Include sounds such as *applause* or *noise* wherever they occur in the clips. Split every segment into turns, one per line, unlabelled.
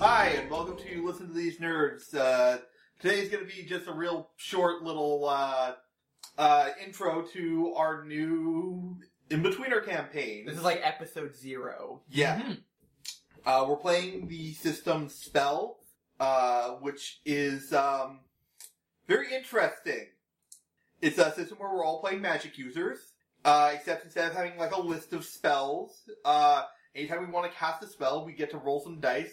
Hi, and welcome to Listen to These Nerds. Uh, today's going to be just a real short little uh, uh, intro to our new In Betweener campaign.
This is like episode zero.
yeah.
Mm-hmm.
Uh, we're playing the system Spell, uh, which is um, very interesting. It's a system where we're all playing magic users, uh, except instead of having like a list of spells, uh, anytime we want to cast a spell, we get to roll some dice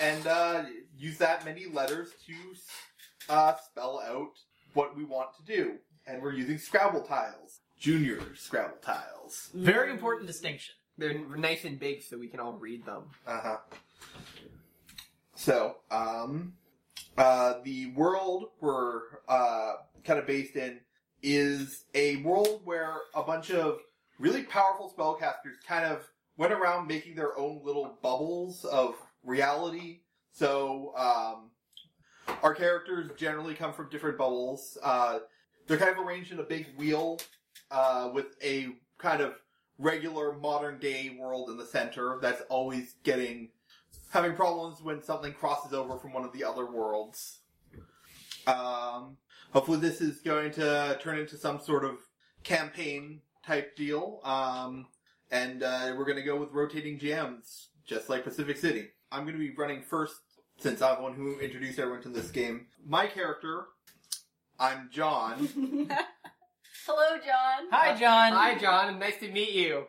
and uh, use that many letters to uh, spell out what we want to do. And we're using Scrabble tiles, junior Scrabble tiles.
Very important distinction.
They're nice and big so we can all read them.
Uh huh. So, um, uh, the world we're uh, kind of based in is a world where a bunch of really powerful spellcasters kind of went around making their own little bubbles of reality. So, um, our characters generally come from different bubbles. Uh, they're kind of arranged in a big wheel uh, with a kind of regular modern day world in the center that's always getting having problems when something crosses over from one of the other worlds. Um, hopefully, this is going to turn into some sort of campaign type deal. Um, and uh, we're going to go with rotating GMs, just like Pacific City. I'm going to be running first since I'm the one who introduced everyone to this game. My character, I'm John.
*laughs* Hello, John.
Hi, John.
Hi, John. and Nice to meet you.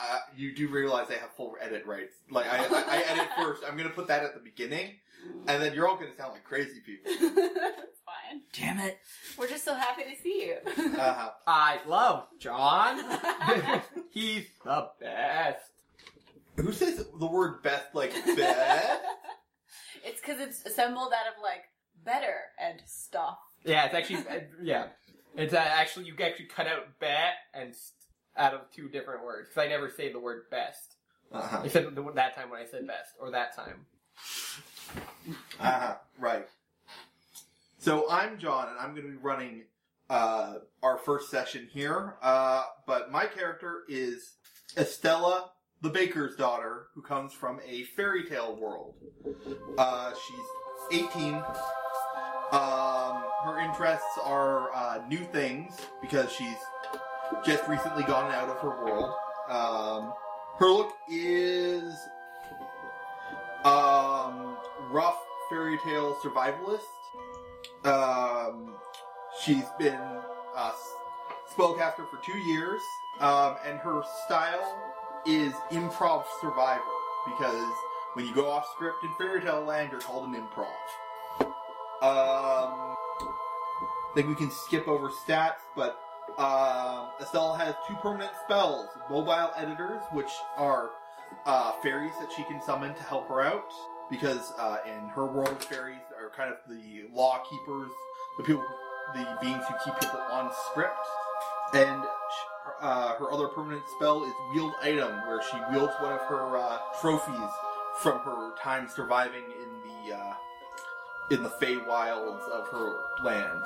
Uh, you do realize I have full edit rights. Like I, I, I edit first. I'm gonna put that at the beginning, and then you're all gonna sound like crazy people.
*laughs* it's fine.
Damn it.
We're just so happy to see you.
Uh-huh.
I love John. *laughs* He's the best.
Who says the word best like best?
*laughs* it's because it's assembled out of like better and stuff.
Yeah, it's actually uh, yeah. It's uh, actually you actually cut out bet and st- out of two different words because I never say the word best
Uh-huh.
except the, that time when I said best or that time.
Uh-huh. Right. So I'm John, and I'm gonna be running uh, our first session here. Uh, but my character is Estella, the baker's daughter, who comes from a fairy tale world. Uh, she's 18. Um, her interests are uh, new things because she's just recently gone out of her world. Um, her look is um, rough fairy tale survivalist. Um, she's been uh, a spellcaster for two years, um, and her style is improv survivor because when you go off script in fairy tale land, you're called an improv. Um, I think we can skip over stats, but um Estelle has two permanent spells: mobile editors, which are uh, fairies that she can summon to help her out, because uh, in her world, fairies are kind of the law keepers, the people, the beings who keep people on script. And sh- uh, her other permanent spell is wield item, where she wields one of her uh, trophies from her time surviving in the uh, in the Fey Wilds of her land,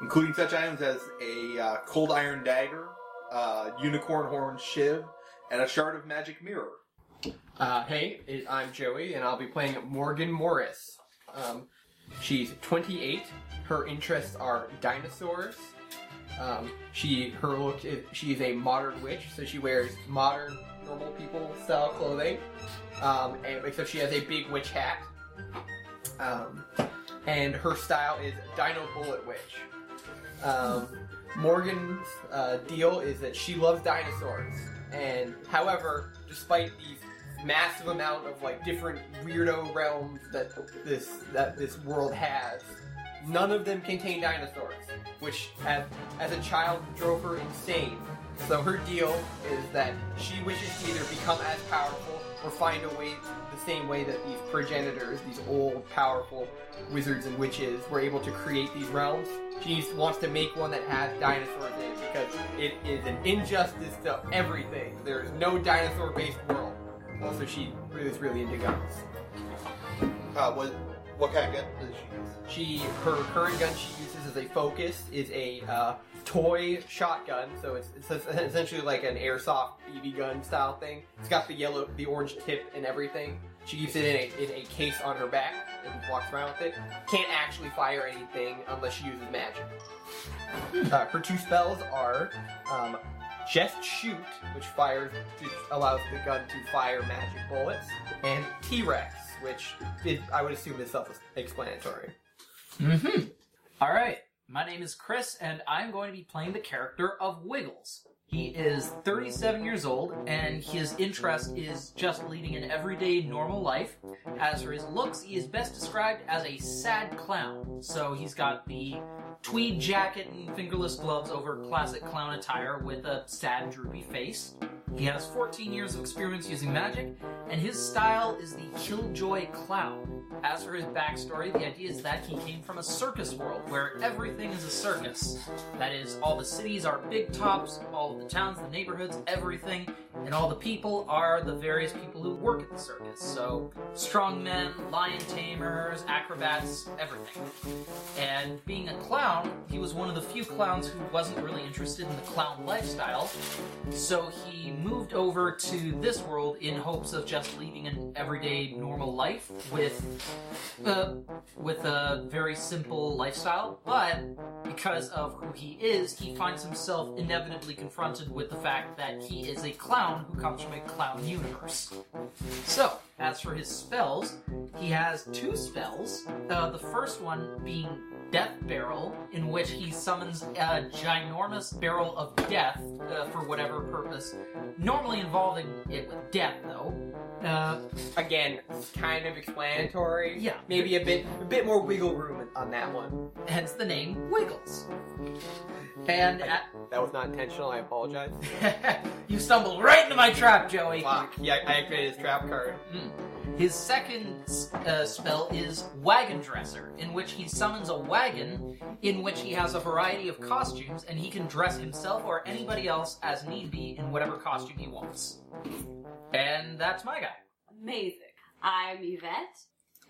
including such items as a uh, cold iron dagger, uh, unicorn horn shiv, and a shard of magic mirror.
Uh, hey, it, I'm Joey, and I'll be playing Morgan Morris. Um, she's 28. Her interests are dinosaurs. Um, she her look is she is a modern witch, so she wears modern normal people style clothing. Um, and, except she has a big witch hat. Um, and her style is Dino Bullet Witch. Um, Morgan's uh, deal is that she loves dinosaurs, and however, despite these massive amount of like different weirdo realms that this that this world has. None of them contain dinosaurs, which as, as a child drove her insane. So her deal is that she wishes to either become as powerful or find a way the same way that these progenitors, these old powerful wizards and witches, were able to create these realms. She just wants to make one that has dinosaurs in it because it is an injustice to everything. There is no dinosaur-based world. Also, she is really into guns.
Uh, what what kind of gun does she use?
She her current gun she uses as a focus is a uh, toy shotgun, so it's, it's essentially like an airsoft BB gun style thing. It's got the yellow, the orange tip, and everything. She keeps it in a, in a case on her back and walks around with it. Can't actually fire anything unless she uses magic. Uh, her two spells are um, Just Shoot, which fires which allows the gun to fire magic bullets, and T Rex, which is, I would assume is self-explanatory.
Mm-hmm. All right. My name is Chris, and I'm going to be playing the character of Wiggles. He is 37 years old, and his interest is just leading an everyday normal life. As for his looks, he is best described as a sad clown. So he's got the tweed jacket and fingerless gloves over classic clown attire with a sad, droopy face. He has 14 years of experience using magic, and his style is the killjoy clown. As for his backstory, the idea is that he came from a circus world where everything is a circus. That is, all the cities are big tops, all of the towns, the neighborhoods, everything, and all the people are the various people who work at the circus. So, strongmen, lion tamers, acrobats, everything. And being a clown, he was one of the few clowns who wasn't really interested in the clown lifestyle, so he moved over to this world in hopes of just leading an everyday normal life with uh, with a very simple lifestyle. But because of who he is, he finds himself inevitably confronted with the fact that he is a clown who comes from a clown universe. So, as for his spells, he has two spells. Uh, the first one being Death Barrel, in which he summons a ginormous barrel of death uh, for whatever purpose, normally involving it with death, though. Uh,
Again, kind of explanatory.
yeah,
Maybe a bit a bit more wiggle room on that one.
hence the name Wiggles. And at-
That was not intentional. I apologize.
*laughs* you stumbled right into my trap, Joey.
Fuck. Yeah, I activated his trap card.
Hmm. His second uh, spell is Wagon Dresser, in which he summons a wagon in which he has a variety of costumes and he can dress himself or anybody else as need be in whatever costume he wants. And that's my guy.
Amazing. I'm Yvette.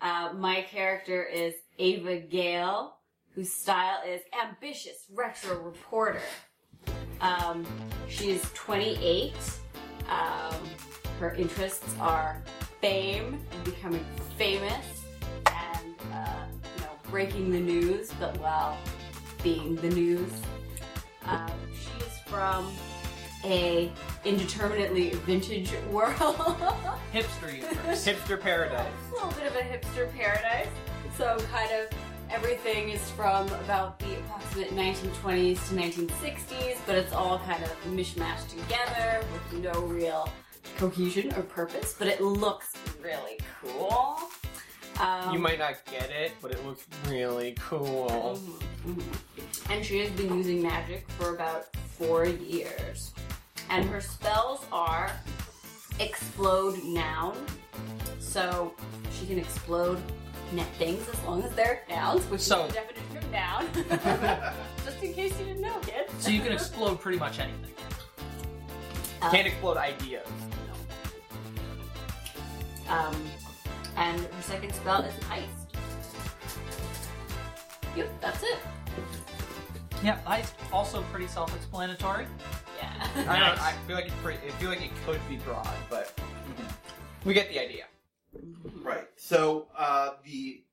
Uh, my character is Ava Gale, whose style is ambitious retro reporter. Um, she is 28. Um, her interests are fame, becoming famous, and uh, you know, breaking the news, but while being the news. Um, she is from a indeterminately vintage *laughs* world.
Hipster *laughs* universe.
Hipster paradise.
a little bit of a hipster paradise. So kind of everything is from about the approximate 1920s to 1960s, but it's all kind of mishmashed together with no real cohesion or purpose. But it looks really cool. Um,
You might not get it, but it looks really cool.
Mhm, mhm. And she has been using magic for about four years. And her spells are explode noun. So she can explode net things as long as they're nouns, which
So-
is the definition of noun.
*laughs*
Just in case you didn't know, kids.
so you can explode pretty much anything.
Um,
Can't explode ideas.
Um, and her second spell is heist. Yep, that's it.
Yeah, heist also pretty self-explanatory.
Yeah.
I, don't,
Nice.
I feel like it's pretty, I feel like it could be broad, but we get the idea.
Right. So uh, the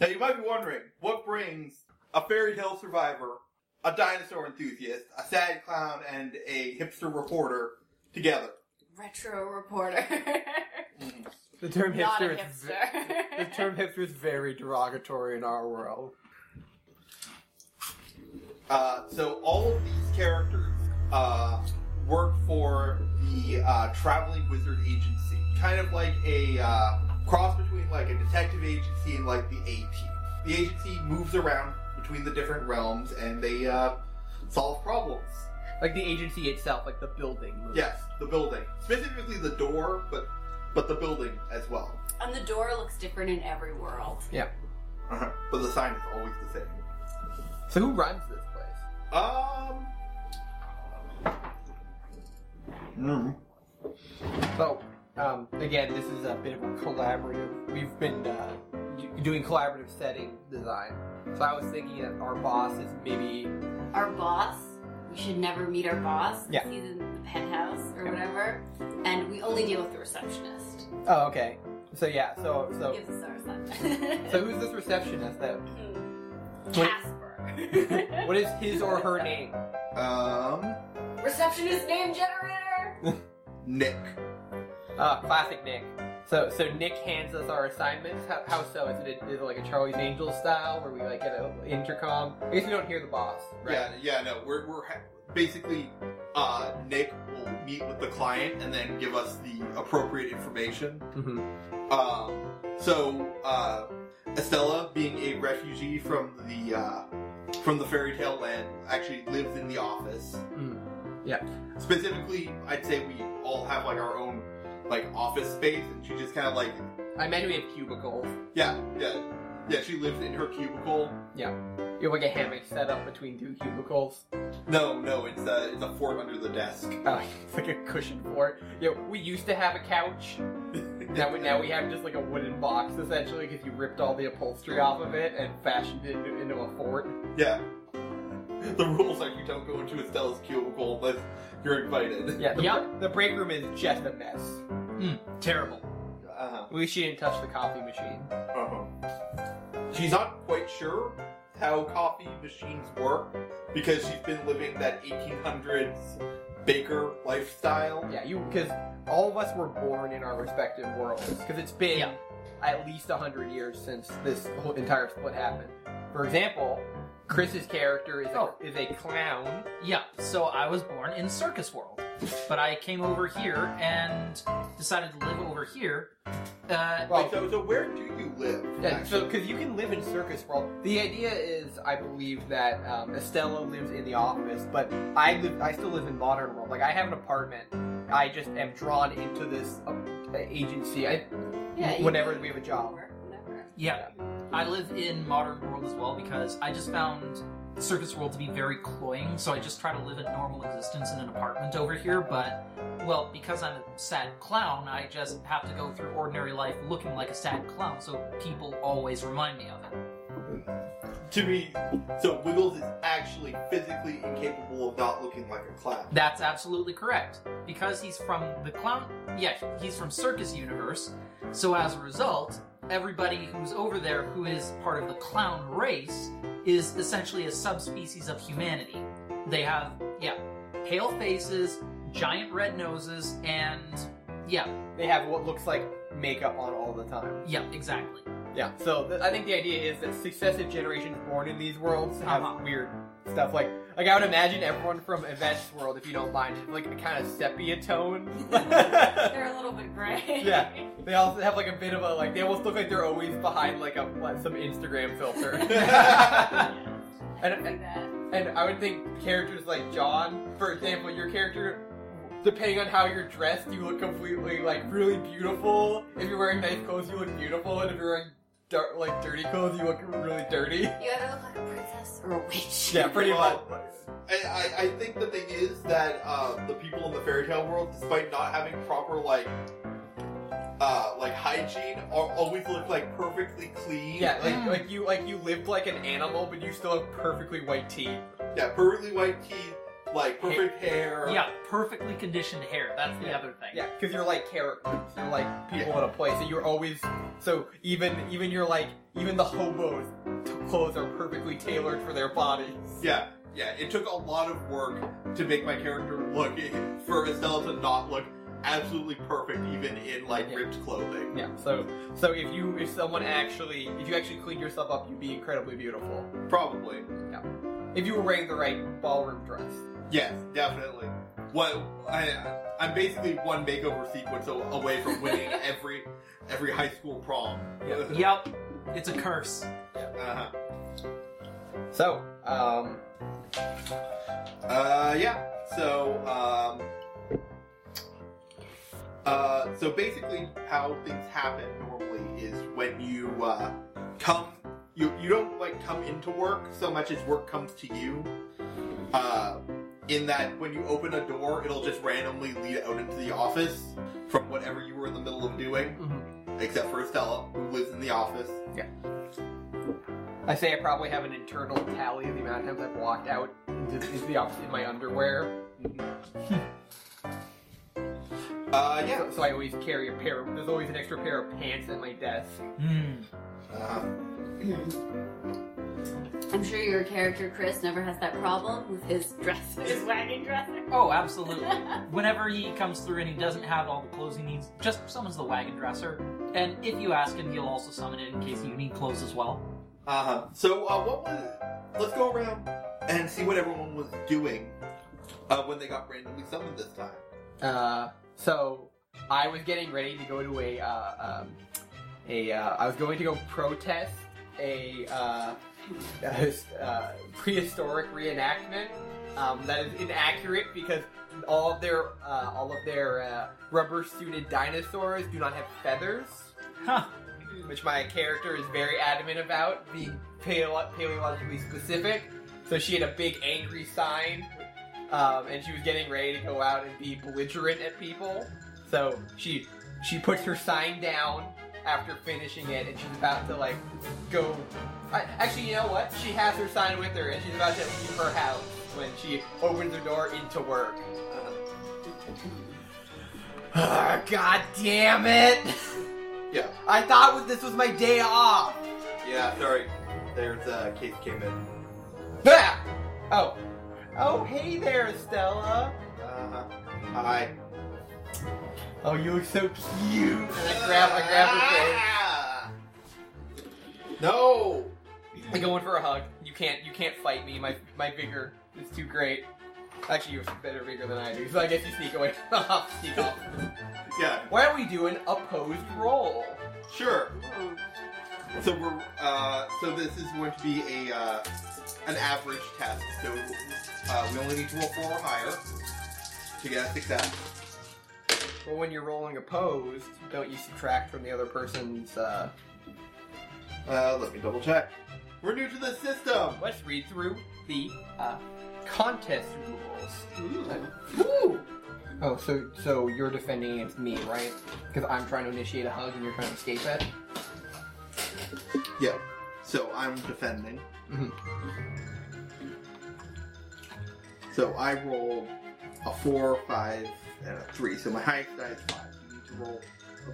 now you might be wondering what brings a fairy tale survivor, a dinosaur enthusiast, a sad clown, and a hipster reporter together.
Retro reporter. *laughs*
The term
Not a
hipster, is ve-
hipster.
the term hipster is very derogatory in our world.
Uh, so all of these characters uh, work for the uh, traveling wizard agency, kind of like a uh, cross between like a detective agency and like the A team. The agency moves around between the different realms and they uh, solve problems.
Like the agency itself, like the building. movie.
Yes, the building, specifically the door, but but the building as well.
*laughs* And the door looks different in every world.
Uh-huh. But the sign is always the same.
So who runs this place?
Um. mm,
So, um, again, this is a bit of a collaborative. We've been uh, d- doing collaborative setting design. So I was thinking that our boss is maybe
our boss. We should never meet our boss.
Yeah.
He's in the penthouse or whatever. And we only deal with the receptionist.
Oh, okay. So yeah, so so
Gives us our *laughs* Hmm.
so who's this receptionist? That what,
Casper. *laughs*
what is his or her name?
Um,
Receptionist name generator.
Nick.
Uh, classic Nick. So so Nick hands us our assignments. How, how so? Is it, is it like a Charlie's Angels style where we like get a intercom? I guess we don't hear the boss, right?
Yeah, yeah, no, we're, we're ha- basically, uh, Nick will meet with the client and then give us the appropriate information.
hmm
Um, so, uh, Estella, being a refugee from the, uh, from the fairy tale land, actually lives in the office.
Mm. Yeah.
Specifically, I'd say we all have, like, our own, like, office space, and she just kind of, like,
I imagine we have cubicles.
yeah, yeah, yeah, she lives in her cubicle.
You have like a hammock set up between two cubicles.
No, no, it's a, it's a fort under the desk.
Uh, it's *laughs* like a cushion fort. Yeah, we used to have a couch. Now we now we have just like a wooden box essentially because you ripped all the upholstery off of it and fashioned it into, into a fort.
Yeah. *laughs* The rules are you don't go into Estella's cubicle unless you're invited.
Yeah, the,
Yep.
the break room is just a mess.
Terrible.
Uh-huh.
At least she didn't touch the coffee machine.
Uh-huh. She's not quite sure how coffee machines work because she's been living that 1800s baker lifestyle.
Yeah, you because all of us were born in our respective worlds because it's been
Yeah.
at least hundred years since this whole entire split happened. For example, Chris's character is a,
Oh.
is a clown.
Yeah, so I was born in Circus World, but I came over here and decided to live over here. Uh,
Wait, so, so where do you live?
Yeah, so
actually?
because you can live in circus world. The idea is, I believe that um, Estella lives in the office, but I live. I still live in modern world. Like I have an apartment. I just am drawn into this uh, agency. I,
Yeah. you-
whenever we have a job.
Whenever.
yeah, I live in modern world as well because I just found circus world to be very cloying, so I just try to live a normal existence in an apartment over here, but well, because I'm a sad clown, I just have to go through ordinary life looking like a sad clown, so people always remind me of it.
to me, so Wiggles is actually physically incapable of not looking like a clown.
That's absolutely correct. Because he's from the clown yeah, he's from circus universe, so as a result, everybody who's over there who is part of the clown race is essentially a subspecies of humanity. They have, yeah, pale faces, giant red noses, and yeah,
They have what looks like makeup on all the time.
yeah, exactly.
Yeah. So th- I think the idea is that successive generations born in these worlds have
Uh-huh.
weird stuff. Like, like I would imagine everyone from Events World, if you don't mind, is like a kind of sepia tone.
*laughs*
*laughs*
They're a little bit gray.
Yeah.
*laughs*
They also have like a bit of a like. They almost look like they're always behind like a like, some Instagram filter. *laughs* and
Like that.
and I would think characters like John, for example, your character, depending on how you're dressed, you look completely like really beautiful. If you're wearing nice clothes, you look beautiful, and if you're wearing dark, like dirty clothes, you look really dirty. *laughs*
You either look like a princess or a witch.
Yeah, pretty much.
Well, I, I, I think the thing is that uh, the people in the fairy tale world, despite not having proper like uh, like hygiene, are always look like perfectly clean.
Yeah,
like
like like you like you lived like an animal, but you still have perfectly white teeth.
yeah, perfectly white teeth, like perfect hair.
Yeah, perfectly conditioned hair. That's the
Yeah.
other thing.
Yeah, because you're like characters, you're like people in a place, and you're always so even even you're like even the hobos' t- clothes are perfectly tailored for their bodies.
yeah, yeah. It took a lot of work to make my character look for Estella to not look absolutely perfect, even in like
Yeah.
ripped clothing.
Yeah. So so if you if someone actually if you actually clean yourself up, you'd be incredibly beautiful.
Probably.
If you were wearing the right ballroom dress.
Yes, definitely. What I, I'm basically one makeover sequence a- away from winning every every high school prom.
Yeah.
Yep, it's a curse.
*laughs* Uh-huh.
So um
Uh, yeah. So um, uh, so basically, how things happen normally is when you uh, come. You, you don't like come into work so much as work comes to you. Uh, in that when you open a door, it'll just randomly lead out into the office from whatever you were in the middle of doing. except for Estella, who lives in the office.
I say I probably have an internal tally of the amount of times I've walked out into, into the office in my underwear.
Uh, yeah.
So I always carry a pair. Of, there's always an extra pair of pants at my desk.
Hmm.
Uh,
*clears throat* I'm sure your character Chris never has that problem with his dresser, *laughs* his wagon dresser. *laughs*
Oh, absolutely. Whenever he comes through and he doesn't have all the clothes he needs, just summons the wagon dresser. And if you ask him, he'll also summon it in case you need clothes as well.
huh. So uh, what was? Let's go around and see what everyone was doing uh, when they got randomly summoned this time.
Uh, so I was getting ready to go to a uh, um, a uh, I was going to go protest a, uh, *laughs* a his- uh, prehistoric reenactment um, that is inaccurate because all of their uh, all of their uh, rubber suited dinosaurs do not have feathers,
Huh.
which my character is very adamant about being paleo- paleologically specific. So she had a big angry sign um, and she was getting ready to go out and be belligerent at people. So she she puts her sign down after finishing it, and she's about to like go. I, actually, you know what? She has her sign with her, and she's about to leave her house when she opens the door into work. *sighs*
Uh-huh.
Ah, God damn it! *laughs*
Yeah.
I thought was- this was my day off.
Yeah. Sorry. There's uh, case came in.
Bah! Oh, oh, hey there, Stella.
Uh, hi.
Oh, you look so cute. And I grab, I grab her face.
face. *laughs* No.
I'm going for a hug. You can't you can't fight me. My my vigor is too great. Actually, you have better vigor than I do, so I guess you sneak away. *laughs* sneak off.
Yeah.
Why don't we do an opposed roll?
Sure. So we're uh, so this is going to be a uh, an average test. So uh, we only need to roll four or higher to get a success.
Well, when you're rolling opposed, don't you subtract from the other person's? Uh,
Uh, let me double check. We're new to the system.
let's read through the uh, contest rules. Oh, so so you're defending against me, right? Because I'm trying to initiate a hug and you're trying to escape it.
Yeah. So I'm defending.
Mhm.
So I rolled a four, five, and a three. So my highest die is five. You need to roll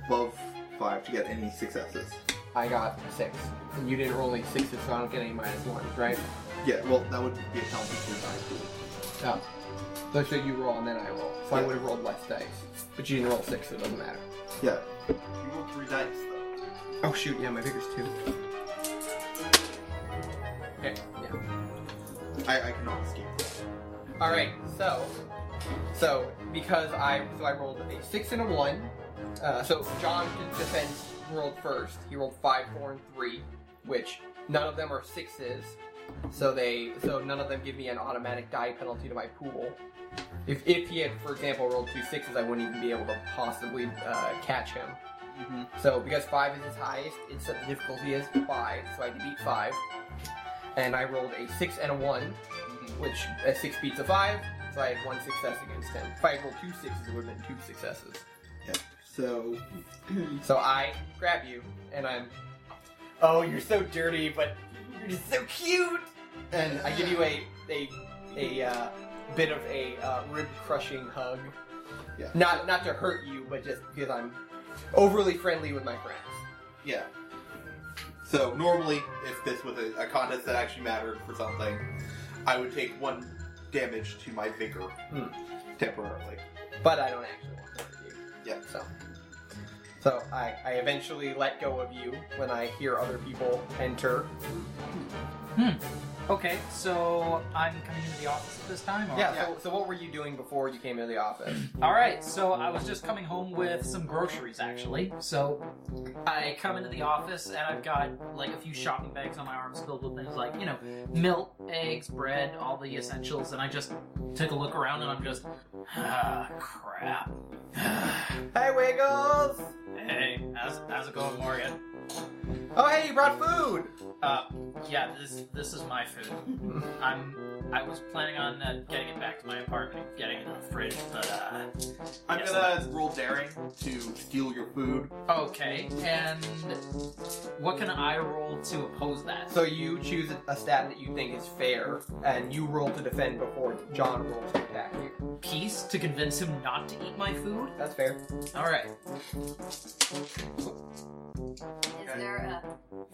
above five to get any successes.
I got six, and you didn't roll any sixes, so I don't get any minus ones, right?
Yeah. Well, that would be a count if your die too.
Oh. So, so you roll and then I roll. So I
Yeah.
would have rolled less dice. But you didn't roll six, so it doesn't matter.
Yeah. You rolled three dice though.
Oh shoot, yeah, my figure's two. Okay, yeah.
I, I cannot escape.
Alright, so so because I so I rolled a six and a one. Uh, so John did defend rolled first. He rolled five, four, and three, which none of them are sixes. So they so none of them give me an automatic die penalty to my pool. If if he had, for example, rolled two sixes, I wouldn't even be able to possibly uh, catch him.
Mm-hmm.
So because five is his highest, it's the difficulty is five, so I had to beat five. And I rolled a six and a one, which a six beats a five, so I had one success against him. If I had rolled two sixes, it would have been two successes.
So
So I grab you, and I'm, oh, you're so dirty, but you're just so cute. And I give you a a a uh, bit of a uh, rib crushing hug.
Yeah.
Not not to hurt you, but just because I'm overly friendly with my friends.
yeah. So normally, if this was a, a contest that actually mattered for something, I would take one damage to my vigor
Hmm.
temporarily.
but I don't actually want to hurt you.
Yeah.
So, so I, I eventually let go of you when I hear other people enter.
Okay, so I'm coming into the office at this time? or-
Yeah. So, so what were you doing before you came into the office?
All right, so I was just coming home with some groceries actually. So I come into the office and I've got like a few shopping bags on my arms filled with things like, you know, milk, eggs, bread, all the essentials. And I just took a look around and I'm just, ah, crap.
hey, Wiggles!
hey, how's, how's it going, Morgan?
Oh, hey, you brought food.
Uh, yeah, this this is my food. I'm I was planning on uh, getting it back to my apartment, and getting it in the fridge, but uh,
I'm
Yes,
gonna roll daring to steal your food.
okay. And what can I roll to oppose that?
So you choose a stat that you think is fair, and you roll to defend before John rolls to attack you.
Peace to convince him not to eat my food.
That's fair.
All right,
Is there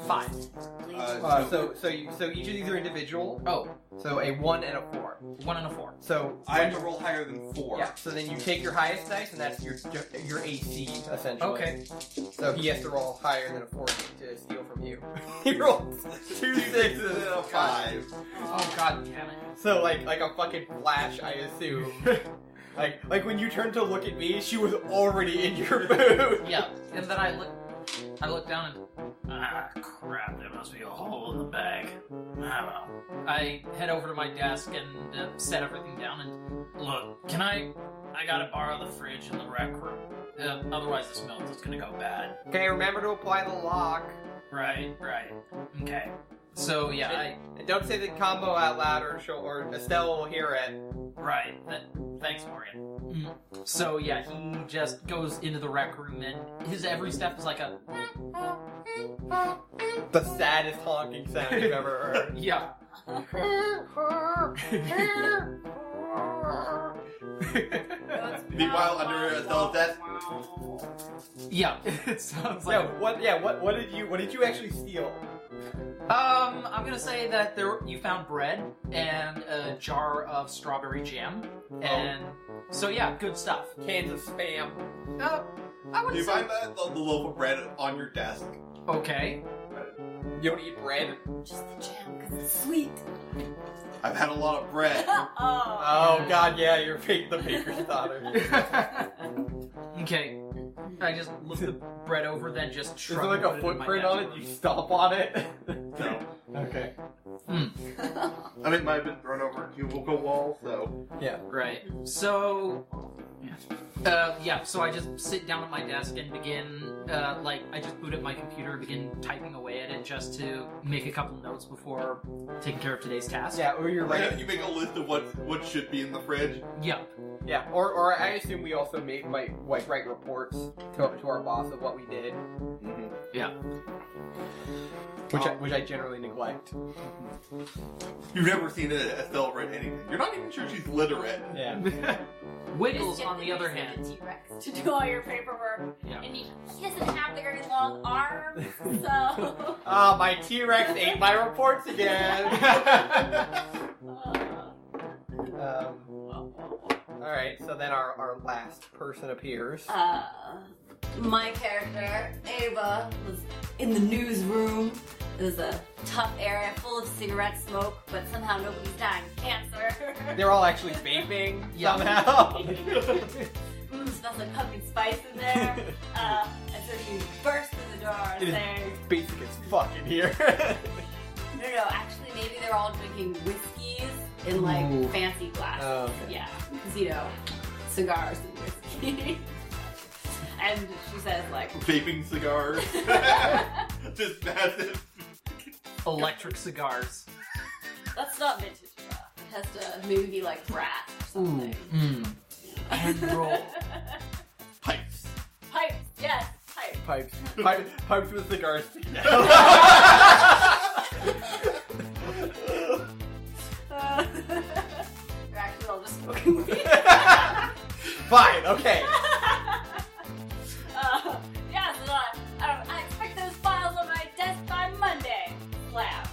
five.
a lead?
Uh,
Uh, so so you, so each of these are individual.
Oh,
So a one and a four.
one and a four.
So
I have to roll higher than four.
yeah. So then you take your highest dice, and that's your your AC essentially.
Okay.
So he has to roll higher than a four to steal from you. *laughs* he rolled two
*laughs*
sixes and a five.
Oh god damn it.
So like like a fucking flash, I *laughs* assume. like like when you turned to look at me, she was already in your *laughs* food.
Yeah, and then I look, I look down and ah crap, there must be a hole in the bag. I don't know. I head over to my desk and uh, set everything down and look. Can I? I gotta borrow the fridge in the rec room. Uh, otherwise, this milk is gonna go bad.
Okay, remember to apply the lock.
Right, right. Okay. So yeah, I,
And don't say the combo out loud, or she'll, or Estelle will hear it.
Right. Th- thanks, Morgan. Mm-hmm. So yeah, he just goes into the rec room, and his every step is like a
The saddest honking sound you've ever *laughs* heard.
*laughs* yeah.
*laughs* Meanwhile, under Estelle's desk.
*laughs* Yeah, it sounds like.
No, what? Yeah, what? What did you? What did you actually steal?
Um, I'm gonna say that there you found bread and a jar of strawberry jam,
Oh.
and so yeah, good stuff.
Cans of spam.
Uh, I
Do
would
you
say
find that the, the loaf of bread on your desk?
okay. *laughs*
You don't eat bread.
Just the jam, because it's sweet. *laughs*
I've had a lot of
Uh,
bread.
oh.
Oh God, yeah, you're fake the baker's daughter.
okay, I just look the bread over, then just
Is there
shrug
like
and put
a
it in my
footprint on
desk.
it? You stomp on it.
*laughs* no.
okay.
I mean, it might have been thrown over a cubicle wall, so.
Right. So, uh, yeah. So I just sit down at my desk and begin, uh, like, I just boot up my computer, begin typing away at it just to make a couple notes before taking care of today's task.
Yeah, or you're
Right.
right.
You make a list of what what should be in the fridge.
Yeah. *laughs*
Yeah, or, or I assume we also make like, like write reports to, to our boss of what we did, Mm-hmm. which
Um,
I, which I generally neglect.
You've never seen Estelle write anything. You're not even sure she's literate.
Yeah.
Wiggles, on the other hand.
T Rex to do all your paperwork,
Yeah.
and he, he doesn't have very long
*laughs*
arms, so. *laughs*
Ah, my T Rex ate my reports again.
*laughs*
Uh,
um, all right, so then our, our last person appears.
Uh, my character, Ava, was in the newsroom. It was a tough area full of cigarette smoke, but somehow nobody's dying
*laughs*
of cancer.
They're all actually vaping
Yeah. *laughs*
somehow.
mm, smells like pumpkin spice in there.
*laughs*
Uh, and so she burst through the door
It is-
saying,
Basic as fuck in here.
*laughs*
No, no, actually, maybe they're all drinking whiskeys in like
Ooh.
fancy glasses.
Oh, okay.
Yeah, 'cause, you know, cigars and whiskey. *laughs* and she says, like,
*laughs*
*laughs*
Vaping cigars. *laughs* Just massive.
Electric cigars.
That's not vintage rock. It has to maybe be like brass or something.
Mm. And
*laughs*
roll.
Pipes.
Pipes, yes, pipes.
Pipes.
*laughs*
Pipe, *laughs* pipes with cigars.
Uh, they're actually all just smoking weed.
*laughs* *laughs* Fine, okay.
*laughs* Uh, yeah, so I, I, don't, I expect those files on my desk by Monday. Slam.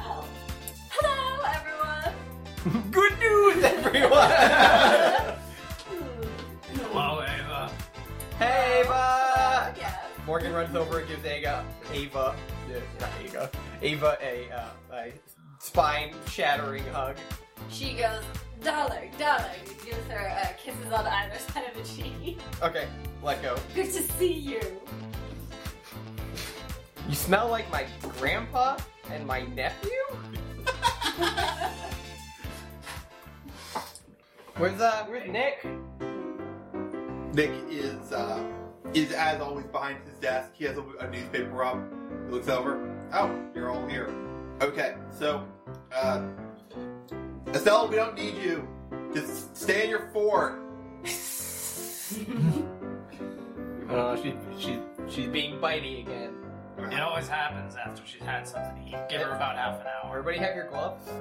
Oh. Hello, everyone.
Good news, *laughs* everyone!
Hello, Ava.
hey, Ava!
Yeah.
Morgan runs over and gives Aga, Ava, yeah, not Aga, Ava a, uh, a spine shattering hug.
She goes, dollar, dollar. Gives her uh, kisses on either *laughs* side of the cheek.
Okay, let go.
Good to see you.
You smell like my grandpa and my nephew? *laughs* Where's, uh, where's Nick?
Nick is uh, is as always behind his desk. He has a, a newspaper up. He looks over. Oh, you're all here. Okay, so uh, Estelle, we don't need you. Just stay in your
*laughs*
fort.
Oh, she, she,
*laughs*
she's being bitey again.
It always happens after she's had something to eat. Give her about half an hour.
Everybody have your gloves? *laughs*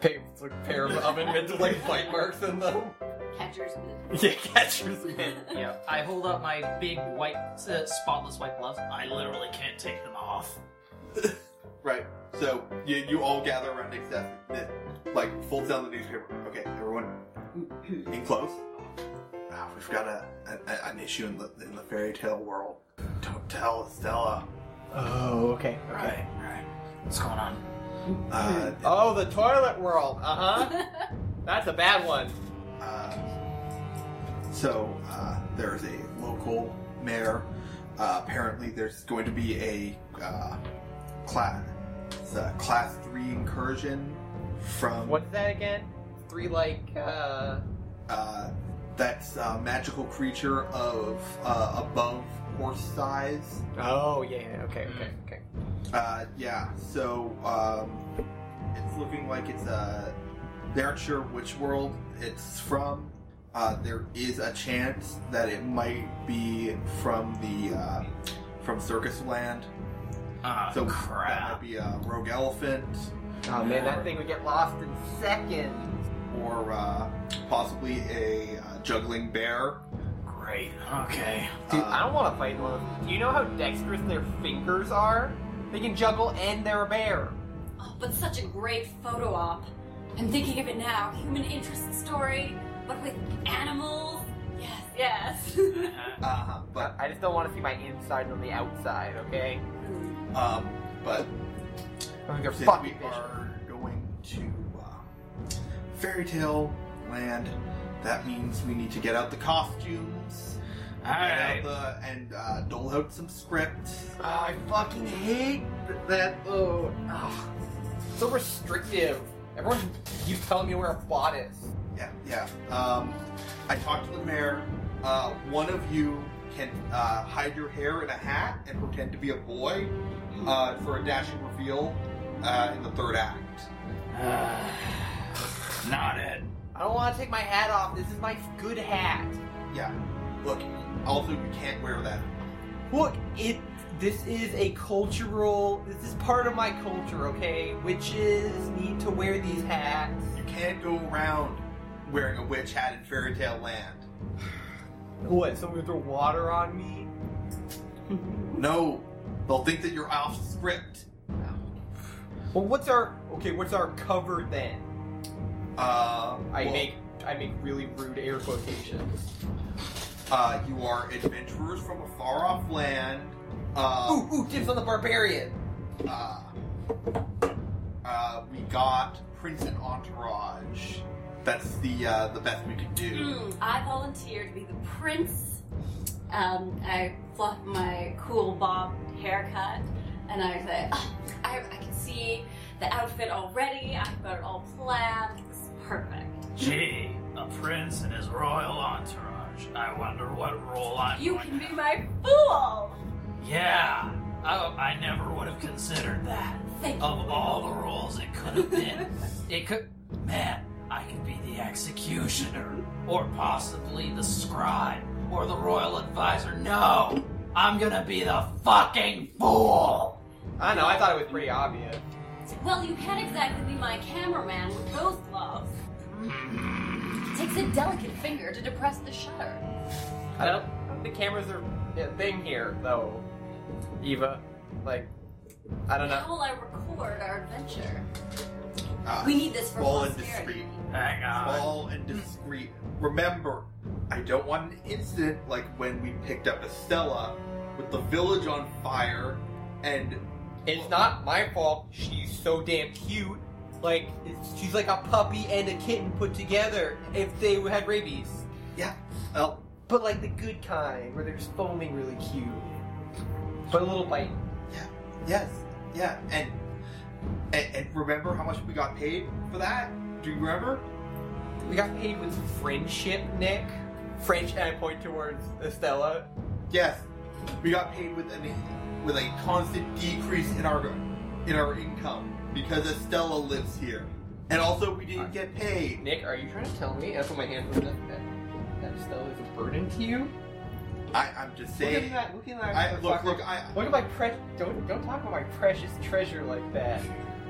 Pair, it's like a pair of oven mitts with like bite marks in them.
Catcher's mitt.
*laughs* Yeah, catcher's mitt.
*laughs*
Yeah. I hold up my big white, uh, spotless white gloves. I literally can't take them off.
Right. So you, you all gather around Nick's desk. Nick, like folds down the newspaper. Okay, everyone, in close. Ah, we've got a, a- a- an issue in the in the fairy tale world. Don't tell Estella.
Oh, okay.
Right. Right.
What's going on?
Uh,
Oh, the toilet world. Uh huh.
Oh,
That's a bad one.
Uh, so uh, there's a local mayor. Uh, apparently, there's going to be a uh, class, it's a class three incursion from
What's that again? Three like uh.
uh, that's a magical creature of uh, above horse size.
Oh yeah. yeah, Okay. Okay. Okay.
Uh, yeah, so um, it's looking like it's a. They aren't sure which world it's from. Uh, there is a chance that it might be from the uh, from Circus Land.
Ah,
So that
*laughs*
might
crap.
be a rogue elephant,
Oh man, that thing would get lost in seconds.
or uh, possibly a uh, juggling bear.
Great. *laughs* Okay.
Dude,
Uh,
I don't want to fight one. of those. Do you know how dexterous their fingers are? They can juggle and they're a bear.
Oh, but such a great photo op. I'm thinking of it now. Human interest story, but with animals. Yes, yes. *laughs*
Uh-huh.
Uh-huh, but
I just don't want to see my inside on the outside. Okay.
um, but
I mean, they're
Since we
fucking.
are going to uh, fairy tale land, that means we need to get out the costumes,
All
get
right.
out the, and uh, dole out some scripts.
Oh, I fucking hate that. Oh, ah, so restrictive. Everyone keeps telling me to wear a bodice.
Yeah, yeah. Um, I talked to the mayor. Uh, one of you can uh, hide your hair in a hat and pretend to be a boy uh, for a dashing reveal uh, in the third act.
Uh, *sighs* not it.
I don't want to take my hat off. This is my good hat.
Yeah. Look, also you can't wear that.
Look, it. This is a cultural. This is part of my culture, okay? Witches need to wear these hats.
You can't go around wearing a witch hat in fairy tale land.
What? Someone throw water on me?
No, they'll think that you're off script.
Well, what's our okay? What's our cover then?
Uh,
I
well,
make I make really rude air quotations.
Uh, you are adventurers from a far off land. Uh,
Ooh, ooh, dibs on the barbarian.
uh, uh, we got Prince and Entourage. That's the uh, the best we could do.
Mm, I volunteer to be the prince. Um, I fluff my cool bob haircut, and I say, "Oh, I, I can see the outfit already. I've got it all planned. It's perfect.
Gee, a prince and his royal entourage. I wonder what role I'm
You
going
can
to-
be my fool.
Yeah. Oh, I never would have considered that.
Thank you.
Of all the roles it could have *laughs* been,
*laughs*
it could. Man, I could be the executioner, or possibly the scribe, or the royal advisor. No, I'm gonna be the fucking fool.
I don't know. I thought it was pretty obvious.
Well, you can't exactly be my cameraman with those gloves. It takes a delicate finger to depress the shutter.
I don't. The cameras are a thing here, though. Eva, like, I don't know.
How will I record our adventure?
Uh,
We need this for
small and
posterity.
discreet.
Hang on.
Small and discreet. Remember, I don't want an incident like when we picked up Estella with the village on fire and
It's not my fault. She's so damn cute. Like, it's, she's like a puppy and a kitten put together. If they had rabies,
well,
but like the good kind, where they're just foaming really cute, but a little bite.
Yes. Yeah. And, and and remember how much we got paid for that? Do you remember?
We got paid with friendship, Nick. French, and I point towards Estella.
Yes. We got paid with an with a constant decrease in our in our income. because Estella lives here. And also, we didn't get paid.
Nick, are you trying to tell me? That's what my hand was. That that Estella is a burden to you.
I, I'm just
Look at
saying.
that. Look at that.
I, look,
motherfucker.
look, I,
Look at my pre. Don't don't talk about my precious treasure like that.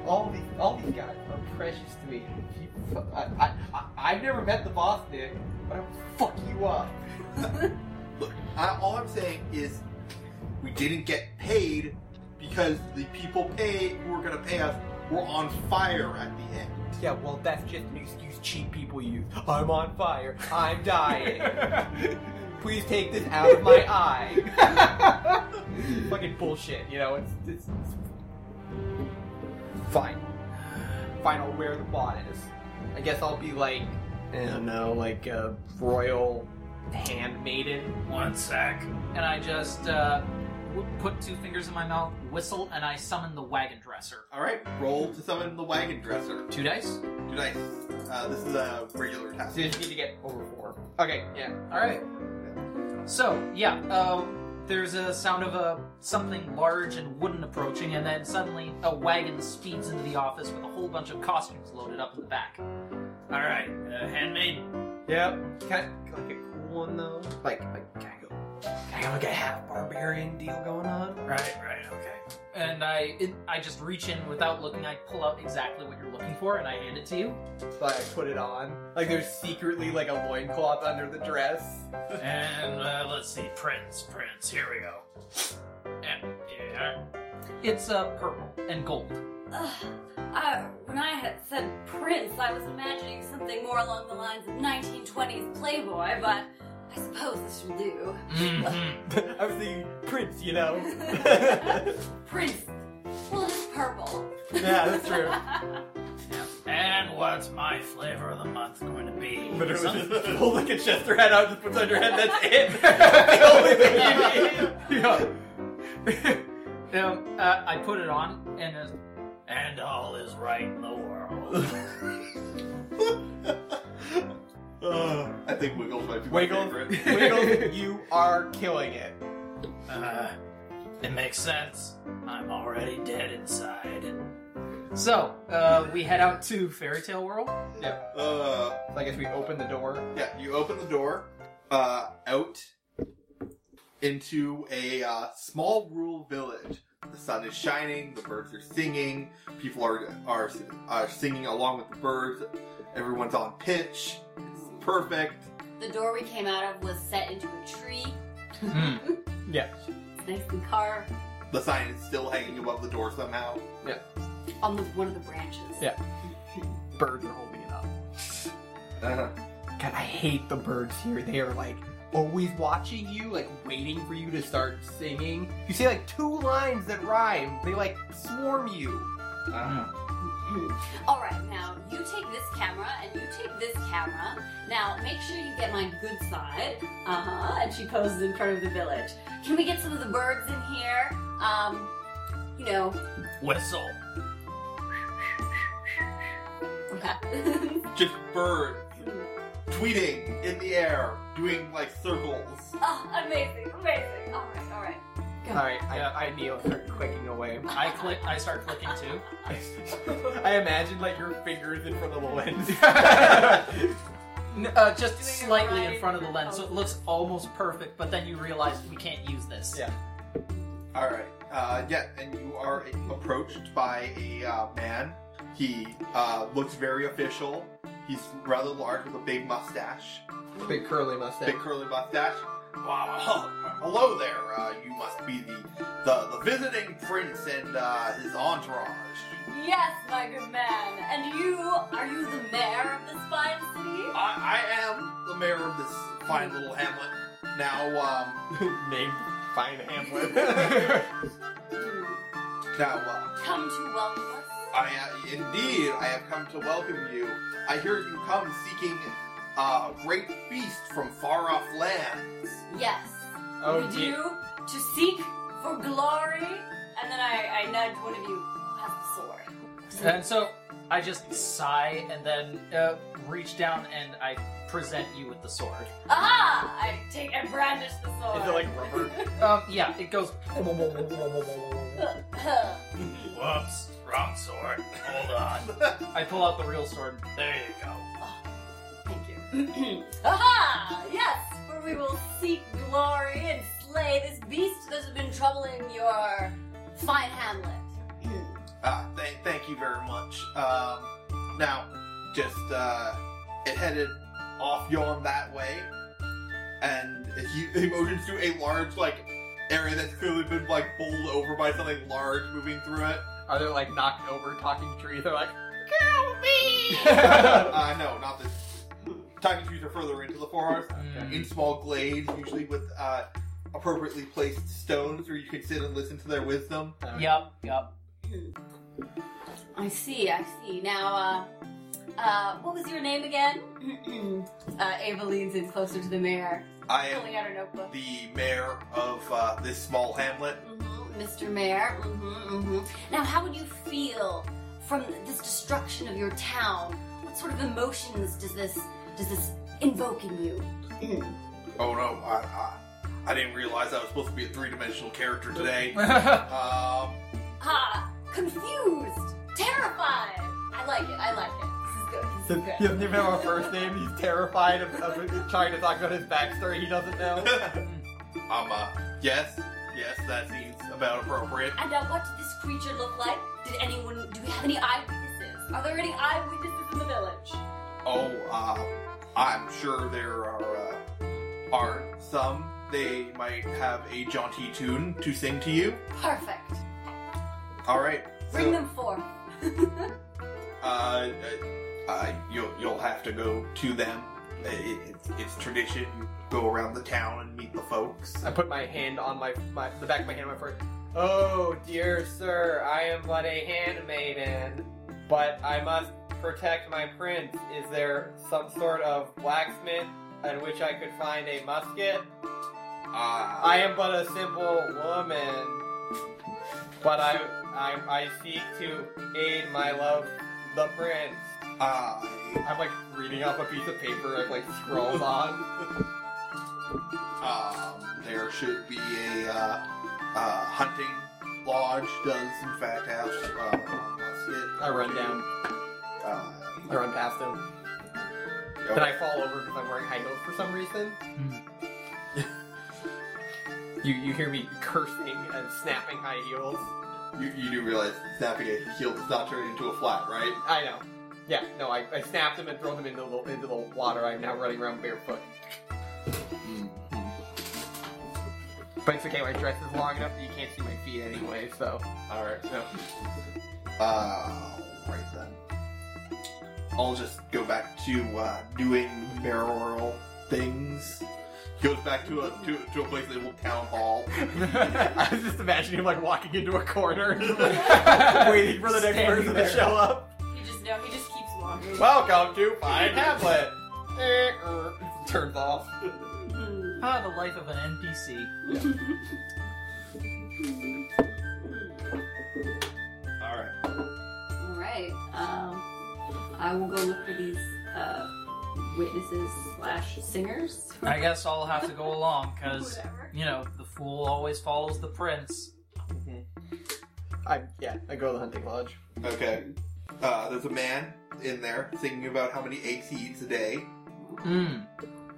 All these all these guys are precious to me. You fu- I, I, I I've never met the boss, Nick, but I will fuck you up.
look I, all I'm saying is we didn't get paid because the people pay who were going to pay us were on fire at the end.
Yeah, well, that's just an excuse cheap people use. I'm on fire. I'm dying. Please take this out of my eye. *laughs* Fucking bullshit. You know, it's, it's, it's- fine. Fine, I'll wear the bonnet. I guess I'll be like, I don't know, like a royal handmaiden.
One sec. And I just uh, w- put two fingers in my mouth, whistle, and I summon the wagon dresser.
All right, roll to summon the wagon dresser.
Two dice.
Two dice. Uh, this is a regular
So
task.
*laughs*
you just need to get over four. Okay, yeah.
All right. So yeah, uh, there's a sound of a something large and wooden approaching, and then suddenly a wagon speeds into the office with a whole bunch of costumes loaded up in the back. All right, uh, handmaid.
Yep. Can I, like a cool one though? Like, like can I go? Can I go like a half barbarian deal going on?
Right, right, okay. And I, it, I just reach in without looking. I pull out exactly what you're looking for, and I hand it to you.
Like I put it on. Like there's secretly like a loincloth under the dress.
And uh, let's see, Prince, Prince, here we go. And, yeah. It's uh, purple and gold.
Ugh. I, when I had said Prince, I was imagining something more along the lines of 1920s Playboy, but I suppose this will do.
*laughs*
I was thinking Prince, you know.
*laughs* Prince. Well, it's purple.
Yeah, that's true.
And what's my flavor of the month going to be?
But it was just pull like a Chester hat out, just puts on your head. That's it. the only thing
Yeah. *laughs* um, uh, I put it on, and uh, it's, and all is right in the world.
Uh, I think Wiggles might be
Wiggles.
my
you
favorite.
need. *laughs* Wiggles, you are killing it.
Uh, it makes sense. I'm already dead inside. So, uh, we head out to Fairy Tale World.
*laughs* Uh,
So I guess we open the door.
yeah, you open the door uh, out into a uh, small rural village. The sun is shining, the birds are singing, people are, are, are singing along with the birds, everyone's on pitch. It's perfect.
The door we came out of was set into a tree.
Yeah.
It's nicely carved
The sign is still hanging above the door somehow.
on the, one of the branches.
Yeah. Birds are holding it up.
Uh,
God, I hate the birds here. They are like always watching you, like waiting for you to start singing. You say like two lines that rhyme. They like swarm you.
uh,
All right, now you take this camera and you take this camera. Now make sure you get my good side. Uh huh. And she poses in front of the village. Can we get some of the birds in here? Um, you know.
Whistle.
just birds tweeting in the air, doing like circles.
*laughs* oh, amazing, amazing. All right, all right.
All right, I, I kneel and start clicking away.
I click. I start clicking too.
*laughs* I imagine like your fingers in front of the *laughs* lens.
N- Uh,
Doing
just
it
slightly
right.
in front of the lens, so it looks almost perfect. But then you realize we can't use this.
Yeah.
All right. Uh, yeah, and you are approached by a uh, man. He uh, looks very official. He's rather large with a big mustache,
Big curly mustache.
big curly mustache. Wow. *laughs* Hello there. Uh, you must be the, the the visiting prince and uh, his entourage.
Yes, my good man. And you, are you the mayor of this fine city?
I, I am the mayor of this fine little hamlet. Now, um,
Named Fine Hamlet.
now. Uh,
Come to welcome us.
I uh, indeed, I have come to welcome you. I hear you come seeking uh, a great feast from far off lands.
Yes.
oh,
we
gee.
do to seek for glory. And then I, I nudge one of you who has the sword.
And so I just sigh and then uh, reach down and I present you with the sword.
Aha! I take and brandish the sword.
Is it like *laughs* rubber?
Um, yeah, it goes.
like?
Whoops!
Wrong
*laughs*
sword. Hold on.
I pull out the real sword.
There you go.
*laughs* Thank you. *clears throat* Aha! Yes, for we will seek glory and slay this beast that has been troubling your fine hamlet.
Ah, thank, thank you very much. Um, now, just uh, it headed off yawn that way, and he, he motions to a large like area that's clearly been like bowled over by something large moving through it.
Are they like knocked over talking trees? They're like, *laughs* kill me!
uh, no, not this. Talking trees are further into the forest,
Hmm.
in small glades, usually with uh, appropriately placed stones, where you can sit and listen to their wisdom.
Yep, yep.
I see, I see. Now, uh, uh, what was your name again? *clears throat* uh, Ava leans in closer to the mayor,
I am
pulling out her notebook.
the mayor of uh, this small hamlet.
hmm Mr. Mayor. hmm hmm Now, how would you feel from this destruction of your town? What sort of emotions does this does this invoke in you?
Mm.
Oh no, I, I, I didn't realize I was supposed to be a three dimensional character
*laughs*
today. um, *laughs*
Ah, confused, terrified. I like it. I like it. This is good. This is
you
good.
have to know our first name. He's terrified of, of trying to talk about his backstory. He doesn't know.
I'm uh, yes, yes, that seems about appropriate.
And now, what did this creature look like? Did anyone? Do we have any eyewitnesses? Are there any eyewitnesses in the village?
Oh, uh, I'm sure there are uh, are some. They might have a jaunty tune to sing to you.
Perfect.
All right,
Bring
so,
them forth.
Uh, uh, uh, you'll you'll have to go to them. Uh, It, it's, it's tradition. You go around the town and meet the folks.
I put my hand on my, my the back of my hand on my forehead. Oh dear sir, I am but a handmaiden, but I must protect my prince. Is there some sort of blacksmith at which I could find a musket?
Uh,
I am but a simple woman, but I I, I seek to aid my love, the prince.
I
I'm like reading off a piece of paper. I've like scrolled on.
Um, there should be a uh, uh, hunting lodge. Does in fact have uh, a musket.
I run down.
Uh,
I run past him.
yep.
Then I fall over because I'm wearing high heels for some reason. you you hear me cursing and snapping high heels.
you, you do realize snapping a heel does not turn into a flat, right?
I know. Yeah, no, I, I snapped them and throw them into the into the water. I'm now running around barefoot. Mm-hmm. But it's okay, my dress is long enough that you can't see my feet anyway, so.
All right. Uh, right then. I'll just go back to uh, doing mayoral things. Goes back to a to, to a place labeled town hall.
I was just imagining him like walking into a corner, *laughs* *laughs* waiting for the next
Standing
person *laughs*
there.
to show up.
You just know he just keeps walking.
Welcome to Fine Hamlet. Eh, er. Turns off.
Hmm.
Ah, the life of an NPC.
*laughs*
All right.
All right. Um, I will go look for these uh, witnesses slash singers.
I guess I'll have to go along because
Whatever.
you know the fool always follows the prince.
I Mm-hmm. yeah, I go to the hunting lodge.
Okay. Uh, there's a man in there singing about how many eggs he eats a day.
Hmm.
Mm.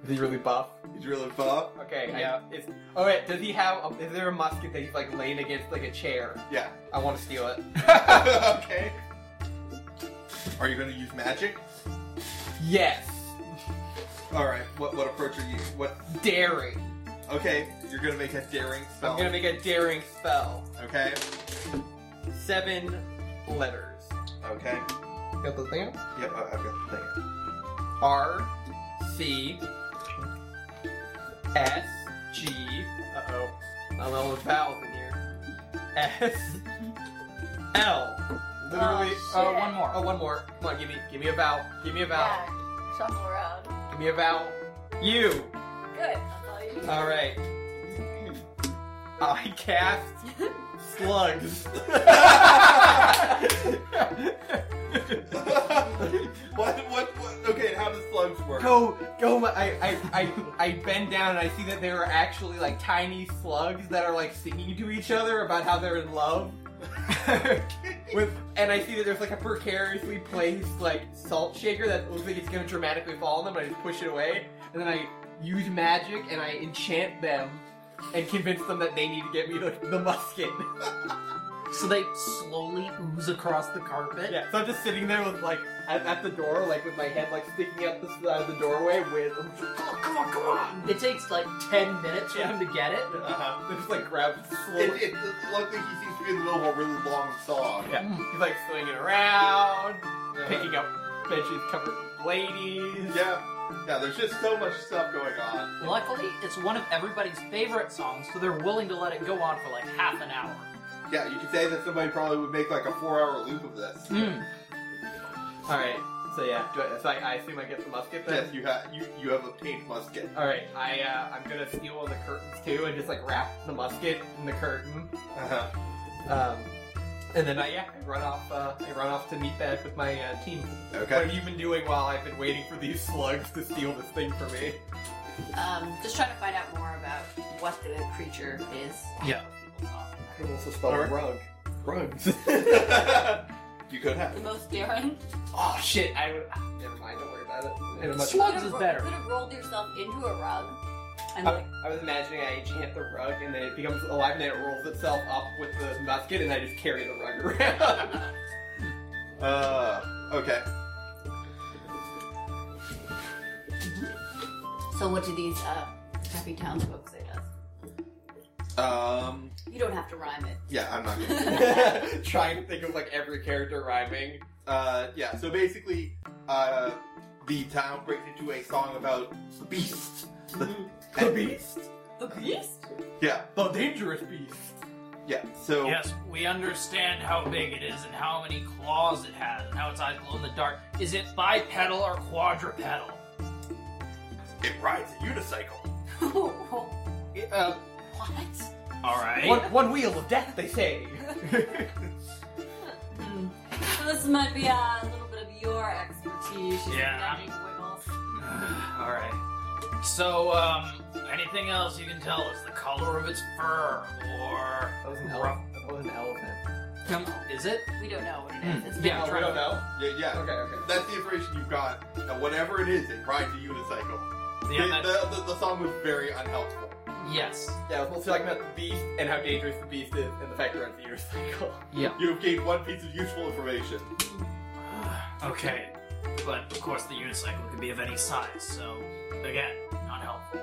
Is he really buff?
He's really buff.
Okay, yeah. I, it's, oh wait, does he have? A, is there a musket that he's like laying against like a chair?
Yeah.
I want to steal it. *laughs*
okay. Are you going to use magic?
Yes,
All right. What what approach are you? What?
daring.
Okay. You're going to make a daring spell.
I'm gonna make a daring spell.
okay.
Seven letters.
Okay. uh,
Got the thing? up?
Yep. I- I've got the thing.
R C S G. Uh oh. I'm all with vowels in here. S L. Literally.
Oh, one more.
Oh, one more. Come on, give me, give me a vowel. Give me a vowel.
Yeah. Shuffle around.
Give me a vowel. You.
Good. I'll tell you.
All right. I cast slugs.
*laughs*
*laughs*
what, what what? Okay. and How does slugs work?
go, go! my- I, I, I, I bend down and I
*laughs*
see that there are actually like tiny slugs that are like singing to each other about how they're in love. With and I see that there's like a precariously placed like salt shaker that looks like it's gonna dramatically fall on them. And I just push it away, and then I use magic and I enchant them and convince them that they need to get me like the
*laughs*
musket.
Oh, So they slowly ooze across the carpet.
yeah, so I'm just sitting there with like at, at the door, like with my head like sticking out the side of the doorway with.
Oh, come on, come on! It takes like 10 minutes for
Yeah.
them to get it.
Uh-huh.
They just like grab it slowly.
It, it, it looked like he seems to be in the middle of a really long song.
Hmm.
Yeah, he's like swinging around,
Uh-huh.
picking up benches covered with ladies.
Yeah. Yeah, there's just so much stuff going on.
Luckily, it's one of everybody's favorite songs, so they're willing to let it go on for like half an hour.
Yeah, you could say that somebody probably would make like a four hour loop of this.
Hmm.
All right. So yeah, do I, so I, I assume I get the musket then.
Yes, you have you, you have obtained musket.
All right. I uh, I'm gonna steal one of the curtains too, and just like wrap the musket in the curtain.
Uh-huh.
Um, and then I yeah, I run off. Uh, I run off to meet that with my uh, team. What
Okay.
have you been doing while I've been waiting for these slugs to steal this thing from me?
*laughs* Um, just trying to find out more about what the creature is.
Yeah.
People talk about.
also spell
Alright.
rug. *laughs*
*laughs*
Rugs.
you could have.
The most
*laughs*
daring.
oh shit! I would. ah, Never mind. Don't worry about it. I *laughs* had a much-
Slugs
Could've
is
ro-
better.
Could have rolled yourself into a rug. And
I,
like,
I was imagining I enchant the rug and then it becomes alive and then it rolls itself up with the musket and I just carry the rug *laughs* around.
Uh okay.
so what do these uh, happy towns folks say to us?
Um
You don't have to rhyme it.
yeah, I'm not gonna
*laughs*
Trying to think of like every character rhyming.
Uh yeah, so basically uh the town breaks into a song about beasts. The- and-
beast.
The beast?
Yeah,
The dangerous beast.
yeah. So
Yes, we understand how big it is and how many claws it has and how its eyes glow in the dark. Is it bipedal or quadrupedal?
It rides a unicycle.
*laughs*
what?
Uh,
Alright.
one, one wheel of death, they *laughs* say.
Hmm. So this might be uh, a little bit of your expertise. She's
Yeah.
imagining wiggles.
Alright. So, um, anything else you can tell us? The color of its fur or.
That was an *laughs* elephant. That was an elephant. Oh,
Is it?
We don't know
Hmm.
what it is. It's
Yeah,
been
try-
we don't know.
yeah, yeah.
Okay, okay.
That's the information you've got. Now, whatever it is, it rides a unicycle.
Yeah,
The-
that-
the, the, the song was very unhelpful.
yes.
Yeah, we'll talking about the beast and how dangerous the beast is and the fact that it's a unicycle.
You have gained one piece of useful information.
*sighs* okay. But of course, the unicycle could be of any size, so again, not helpful.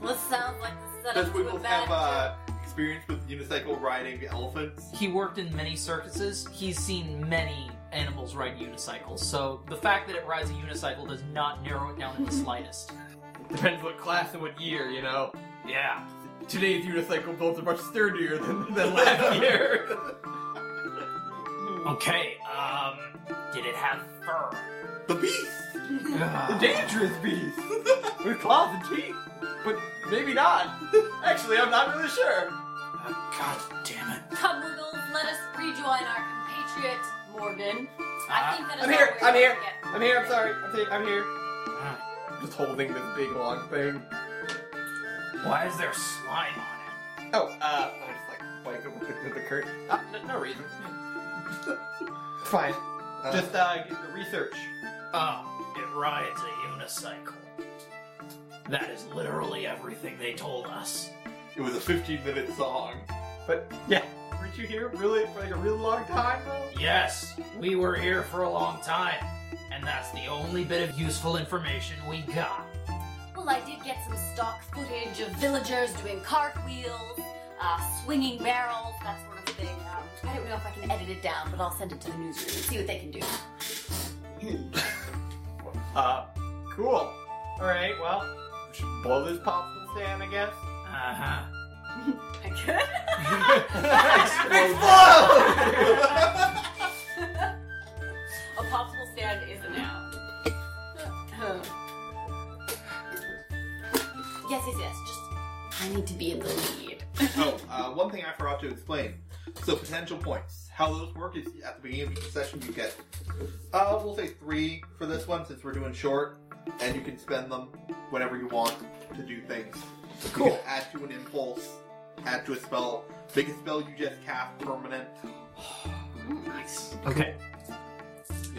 Well, this sounds like the
Does
setup to a
Wiggles have
bad
uh, experience with unicycle riding elephants?
He worked in many circuses. He's seen many animals ride unicycles, so the fact that it rides a unicycle does not narrow it down in the slightest.
*laughs* Depends what class and what year, you know.
Yeah.
Today's unicycle builds are much sturdier than, than *laughs* last year.
Okay. Um, did it have fur?
The beast!
The dangerous beast *laughs* with claws and teeth, but maybe not. *laughs* Actually, I'm not really sure.
Uh, God damn it.
Come, Wiggles, let us rejoin our compatriot, Morgan. I
Ah,
think that is
Uh, I'm
all
here,
we're
I'm
gonna
here,
get.
I'm here. I'm sorry. I'm, ta- I'm here.
ah.
Just holding this big long thing.
Why is there slime on it?
Oh, uh, I just like blank it with the, with the curtain. Uh, no, no reason. *laughs* It's Fine.
Uh,
just uh, get your research.
Oh, it rides a unicycle. That is literally everything they told us.
It was a 15 minute song.
But yeah, weren't you here really for like a really long time though?
Yes, we were here for a long time, and that's the only bit of useful information we got.
Well, I did get some stock footage of villagers doing cartwheels, uh, swinging barrels, that sort of thing. Um, I don't know if I can edit it down, but I'll send it to the newsroom and see what they can do.
Uh, cool. All right. Well, we should blow this popsicle stand, I guess. *laughs*
Uh huh.
I could. A popsicle stand is an out. yes, yes, yes. Just I need to be in the *laughs* lead.
oh, uh, one thing I forgot to explain. So potential points. How those work is at the beginning of each session you get. Uh, we'll say three for this one since we're doing short, and you can spend them whenever you want to do things. You
Cool.
can add to an impulse attached to a spell. Make a spell you just cast permanent.
Nice.
Okay.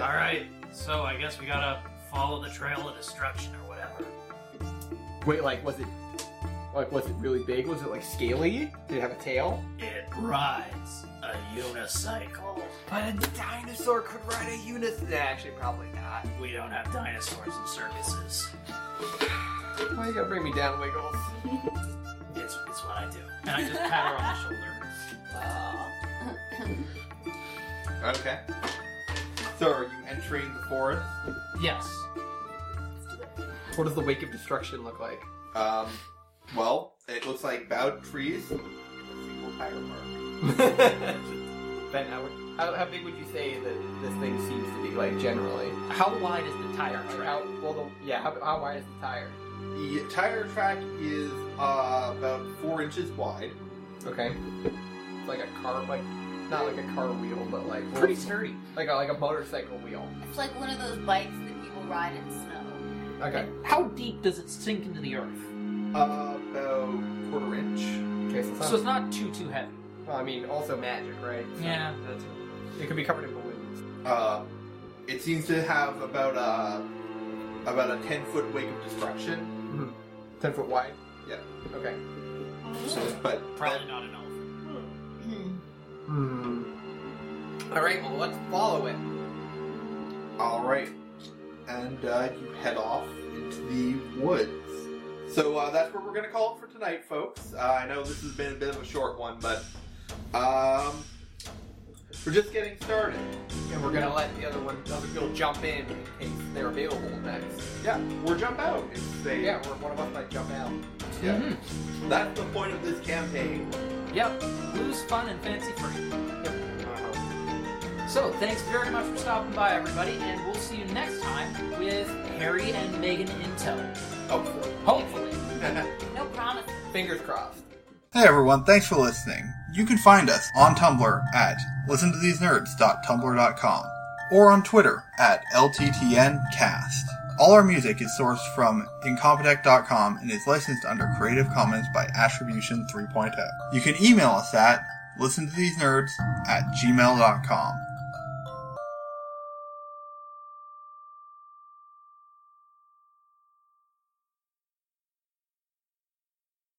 All right. So I guess we gotta follow the trail of destruction or whatever.
Wait, like was it like was it really big? Was it like scaly? Did it have a tail?
It rides a unicycle.
But a dinosaur could ride a unicycle. Actually, probably not.
We don't have dinosaurs in circuses.
Why you gotta bring me down, Wiggles?
It's, it's what I do. And I just pat her on the shoulder.
Uh.
Okay. So are you entering the forest?
Yes.
What does the wake of destruction look like?
Um, well, it looks like bowed trees. and a single tire mark.
*laughs* ben, how, how, how big would you say that this thing seems to be like generally?
How wide is the tire
Like,
track?
how, well, the, yeah. How, how wide is the tire?
The tire track is uh, about four inches wide.
Okay. It's like a car, like not like a car wheel, but *laughs* like
Pretty sturdy.
like a, like a motorcycle wheel.
It's like one of those bikes that people ride in snow.
Okay.
How deep does it sink into the earth?
Uh, about quarter inch.
Okay, so, it's not-
So it's not too too heavy.
well, I mean, also magic, right? So
Yeah.
That's, it could be covered in balloons.
Uh, it seems to have about a about a ten foot wake of destruction.
Ten foot wide.
Yeah.
Okay.
But
Probably not an elephant.
Hmm. All right. Well, let's follow it.
all right, and uh, you head off into the woods. So uh, that's where we're gonna call it for tonight, folks. Uh, I know this has been a bit of a short one, but um, we're just getting started.
And we're gonna let the other one, the other girl, jump in in case they're available next.
Yeah, or jump out. If they,
Yeah, or one of us might jump out.
yeah.
Mm-hmm.
That's the point of this campaign. *laughs*
Yep. Blue's fun and fancy free.
Uh,
So thanks very much for stopping by, everybody, and we'll see you next time with Harry and Megan in tow.
hopefully.
Hopefully.
No promise.
Fingers crossed.
Hey everyone, thanks for listening. You can find us on Tumblr at listentothesenerds.tumblr.com or on Twitter at LTTNcast. All our music is sourced from incompetech.com and is licensed under Creative Commons by Attribution oh. 3.0. You can email us at listentothesenerds at gmail.com.